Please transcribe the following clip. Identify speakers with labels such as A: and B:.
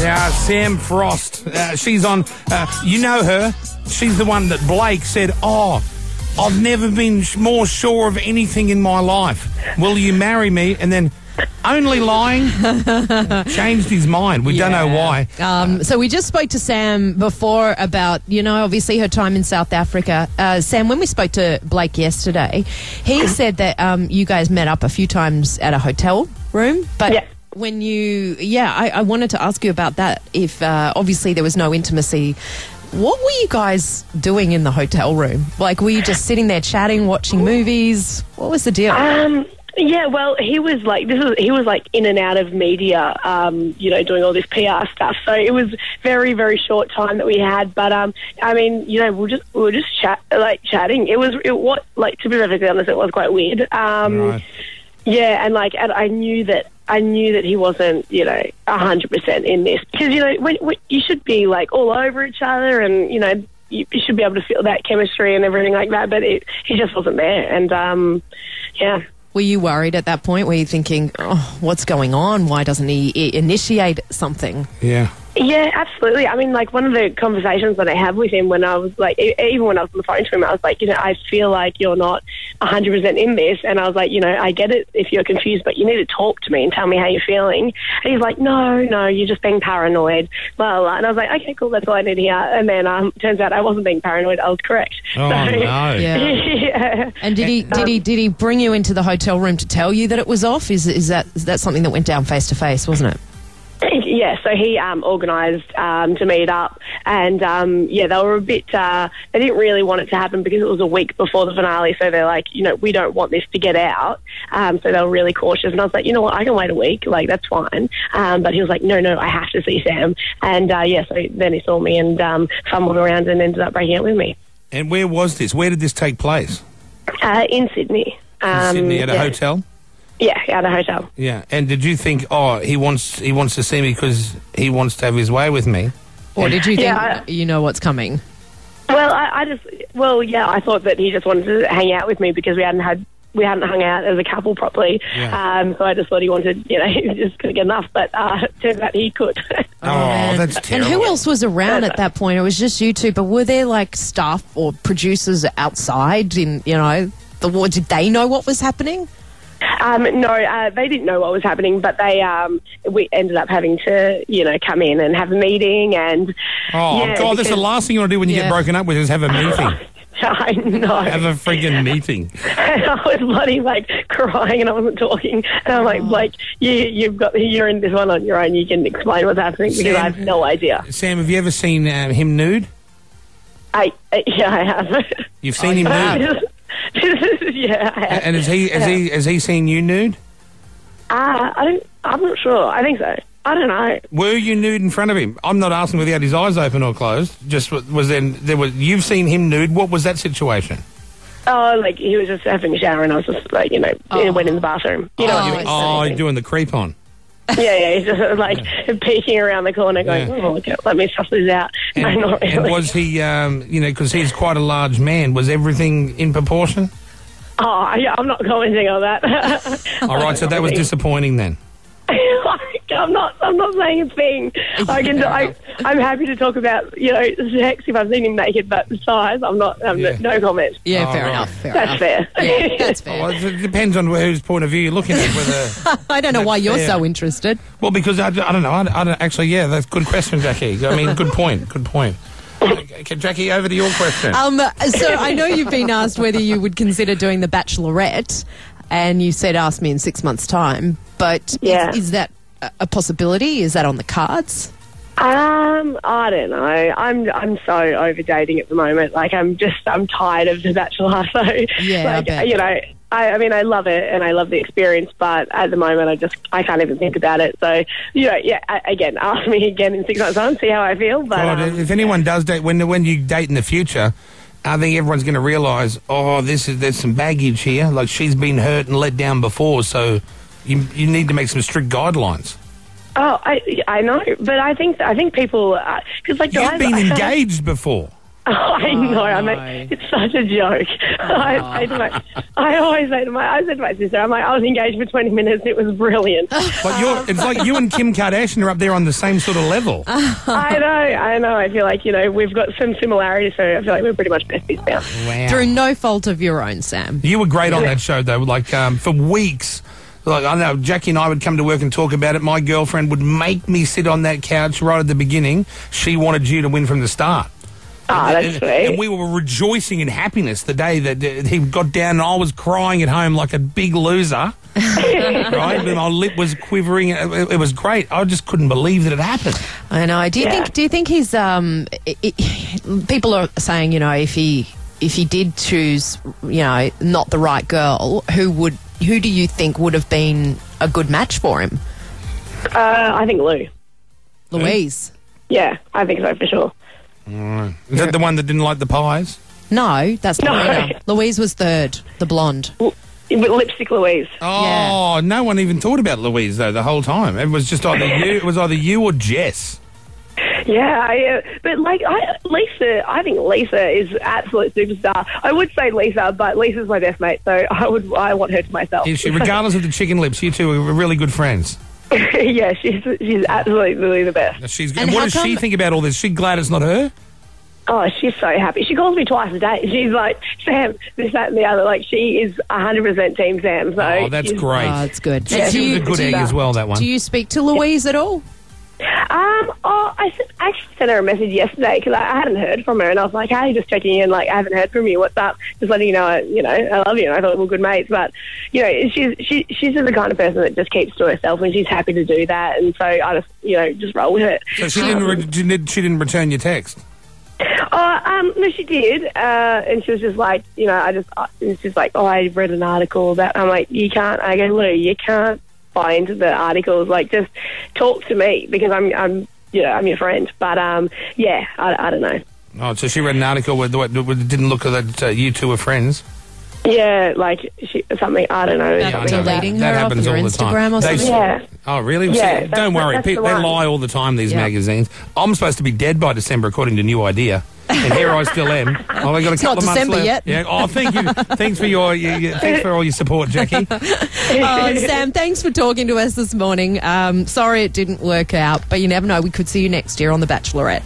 A: yeah, Sam Frost. Uh, she's on. Uh, you know her. She's the one that Blake said, "Oh, I've never been sh- more sure of anything in my life. Will you marry me?" And then, only lying, changed his mind. We don't know why.
B: Um, so we just spoke to Sam before about, you know, obviously her time in South Africa. Uh, Sam, when we spoke to Blake yesterday, he said that um, you guys met up a few times at a hotel room, but.
C: Yeah.
B: When you, yeah, I, I wanted to ask you about that. If uh, obviously there was no intimacy, what were you guys doing in the hotel room? Like, were you just sitting there chatting, watching movies? What was the deal?
C: Um, yeah, well, he was like this is he was like in and out of media, um, you know, doing all this PR stuff. So it was very very short time that we had. But um, I mean, you know, we were just we were just chat like chatting. It was it what like to be perfectly honest, it was quite weird. Um,
A: Right.
C: Yeah, and like and I knew that I knew that he wasn't you know hundred percent in this because you know when, when you should be like all over each other and you know. You you should be able to feel that chemistry and everything like that, but it, he just wasn't there. And um, yeah,
B: Were you worried at that point? Were you thinking, oh, what's going on? Why doesn't he i- initiate something?
A: Yeah.
C: Yeah, absolutely. I mean, like one of the conversations that I had with him when I was like, e- even when I was on the phone to him, I was like, you know, I feel like you're not 100% in this. And I was like, you know, I get it if you're confused, but you need to talk to me and tell me how you're feeling. And he's like, no, no, you're just being paranoid. Blah, blah, blah. And I was like, okay, cool, that's all I need to hear. And then um, turns out I wasn't being paranoid, I was correct.
A: Oh no.
B: Yeah.
C: yeah.
B: And um, did he did he did he bring you into the hotel room to tell you that it was off? Is is that is that something that went down face to face, wasn't it?
C: Yeah, so he um, organised um, to meet up, and um, yeah, they were a bit. Uh, they didn't really want it to happen because it was a week before the finale, so they're like, you know, we don't want this to get out. Um, so they were really cautious, and I was like, you know what, I can wait a week, like that's fine. Um, but he was like, no, no, I have to see Sam, and uh, yeah, so then he saw me and um, fumbled around and ended up breaking up with me
A: And where was this? Where did this take place?
C: uh, in Sydney.
A: In
C: Um,
A: Sydney at a
C: yeah.
A: hotel.
C: Yeah, at a hotel.
A: Yeah. And did you think, oh, he wants he wants to see me because he wants to have his way with me?
B: Or did you think
C: Yeah,
B: you know what's coming?
C: Well, I, I just well, yeah, I thought that he just wanted to hang out with me because we hadn't had we hadn't hung out as a couple properly.
A: Yeah.
C: Um, so I just thought he wanted, you know, he just couldn't get enough. But uh, turns out he could.
A: Oh, that's terrible.
B: And who else was around at that point? It was just you two, but were there like staff or producers outside? In you know, the war? Did they know what was happening?
C: um, no, uh, they didn't know what was happening, but they um, we ended up having to, you know, come in and have a meeting and.
A: Oh
C: yeah,
A: God, that's the
C: because-
A: last thing you want to do when you
B: Yeah.
A: get broken up with is have a meeting.
C: I know.
A: have a friggin' meeting.
C: and I was bloody like crying and I wasn't talking. And I'm
A: Oh.
C: like, like you, you've got, you're in this one on your own. You can explain what's happening because I
A: Sam-
C: have no idea.
A: Sam, have you ever seen um, him nude?
C: I, I yeah, I have.
A: You've seen him nude,
C: yeah, I have.
A: and has he has he has he seen you nude?
C: Uh, I don't. I'm not sure. I think so. I don't know.
A: Were you nude in front of him? I'm not asking whether he had his eyes open or closed. Just wa- was then there was you've seen him nude. What was that situation?
C: Oh, like he was just having a shower, and I was just like, you know,
B: Oh.
C: went in the bathroom. You know,
B: Oh,
C: what I
B: I
C: mean?
B: see.
A: Oh, you're doing the creep on.
C: yeah, yeah. He's just like peeking around the corner, going,
A: Yeah.
C: "Oh, look, let me suss this out."
A: And,
C: no, not really.
A: and was he, um, you know, because he's quite a large man. Was everything in proportion?
C: oh, yeah, I'm not commenting on that.
A: All right, so that was disappointing then.
C: I'm not. I'm not saying a thing. I can. I, I'm happy to talk about you know sex if I've seen him naked, but size, I'm not. I'm
A: Yeah.
C: no comment.
B: Yeah,
A: Oh,
B: fair
A: right.
B: enough. Fair
C: That's
B: enough.
C: fair.
B: Yeah, that's
A: Well,
B: fair.
A: it depends on whose point of view you're looking at. Whether
B: I don't know why you're
A: fair.
B: so interested.
A: Well, because I, I don't know. I, I don't, actually, yeah, that's a good question, Jackie. I mean, good point. Good point. Okay, Jackie, over to your question.
B: Um, so I know you've been asked whether you would consider doing the Bachelorette, and you said ask me in six months' time. But
C: Yeah.
B: is, is that a- a possibility? Is that on the cards?
C: Um, I don't know. I'm I'm so over dating at the moment. Like I'm just I'm tired of the Bachelor. So
B: Yeah, I
C: like
B: bet.
C: you know, I, I mean I love it and I love the experience, but at the moment I just I can't even think about it. So you know, yeah. I, again, ask me again in six months' time, see how I feel. But
A: God,
C: um,
A: if anyone does date, when when you date in the future, I think everyone's going to realise, oh, this is there's some baggage here. Like she's been hurt and let down before, so you you need to make some strict guidelines.
C: oh, I I know, but I think I think people because like
A: You've
C: guys-
A: been engaged before.
C: Oh, I know. I
D: no.
C: mean, it's such a joke. I, I, to my, I always say to my, I said to my sister, I'm like, I was engaged for 20 minutes. It was brilliant.
A: But you're, it's like you and Kim Kardashian are up there on the same sort of level.
C: I know. I know. I feel like you know we've got some similarities, so I feel like we're pretty much besties now.
B: Through no fault of your own, Sam.
A: You were great on that show, though. Like um, for weeks, like I know Jackie and I would come to work and talk about it. My girlfriend would make me sit on that couch right at the beginning. She wanted you to win from the start.
C: Ah, that's
A: and,
C: sweet.
A: and we were rejoicing in happiness the day that uh, he got down, and I was crying at home like a big loser. right, and my lip was quivering. It, it- it was great. I just couldn't believe that it happened.
B: I know. Do you
C: Yeah.
B: think? Do you think he's? Um, i i people are saying, you know, if he if he did choose, you know, not the right girl, who would? Who do you think would have been a good match for him?
C: Uh, I think Lou.
B: Louise.
C: Yeah, I think so for sure.
A: Is that the one that didn't like the pies?
B: No, that's not
C: No.
B: Lena. Louise was third, the blonde.
C: L- With lipstick Louise.
A: Oh, no one even thought about Louise though the whole time. It was just either you. It was either you or Jess.
C: Yeah, I, uh, but like I, Lisa, I think Lisa is an absolute superstar. I would say Lisa, but Lisa's my best mate, so I would I want her to myself.
A: Is she, regardless of the chicken lips, you two are really good friends.
C: yeah, she's she's absolutely the best.
A: She's and,
B: And
A: what
B: how
A: does she
B: come-
A: think about all this? She glad it's not her.
C: Oh, she's so happy. She calls me twice a day. She's like Sam, this, that, and the other. Like she is hundred percent Team Sam. So
A: Oh, that's
C: she's-
A: great.
B: Oh, it's good.
A: She
B: Do
A: was a
B: you,
A: good
B: do,
A: egg
B: you,
A: as well. That one.
B: do you speak to Louise at all?
C: Um, oh, I s- actually sent her a message yesterday because I, I hadn't heard from her, and I was like, "Hey, just checking in. Like, I haven't heard from you. What's up? Just letting you know, I, you know, I love you." And I thought we're good mates, but you know, she's she, she's just the kind of person that just keeps to herself, and she's happy to do that. And so I just, you know, just roll with it.
A: so
C: Um,
A: she didn't. Re- she didn't- she didn't return your text.
C: Oh, um, no, she did, uh, and she was just like, you know, I just, uh, it's just like, oh, I read an article about. I'm like, you can't. I go, Lou, you can't buy into the articles. Like, just talk to me because I'm, I'm, you know, I'm your friend. But um, yeah, I, I don't know.
A: Oh, so she read an article where, where, where it didn't look that uh, you two were friends.
C: Yeah, like she, something. I don't know.
B: Yeah, I
C: something
B: know.
C: like that.
B: Deleting
A: that
B: her off
A: happens
B: your
A: all the time.
B: Instagram or
A: They-
B: something?
C: Yeah.
A: Oh, really?
C: Yeah,
A: See,
C: that's-
A: don't worry.
C: that's the
A: People, they
C: one.
A: lie all the time. These
B: Yeah.
A: magazines. I'm supposed to be dead by December, according to New Idea. And here I still am. Oh, I got a
B: not
A: couple of months
B: December
A: left.
B: yet.
A: Yeah. Oh, thank you. thanks for your, your, your thanks for all your support, Jackie.
B: Oh, Sam, thanks for talking to us this morning. Um, sorry it didn't work out, but you never know. We could see you next year on The Bachelorette.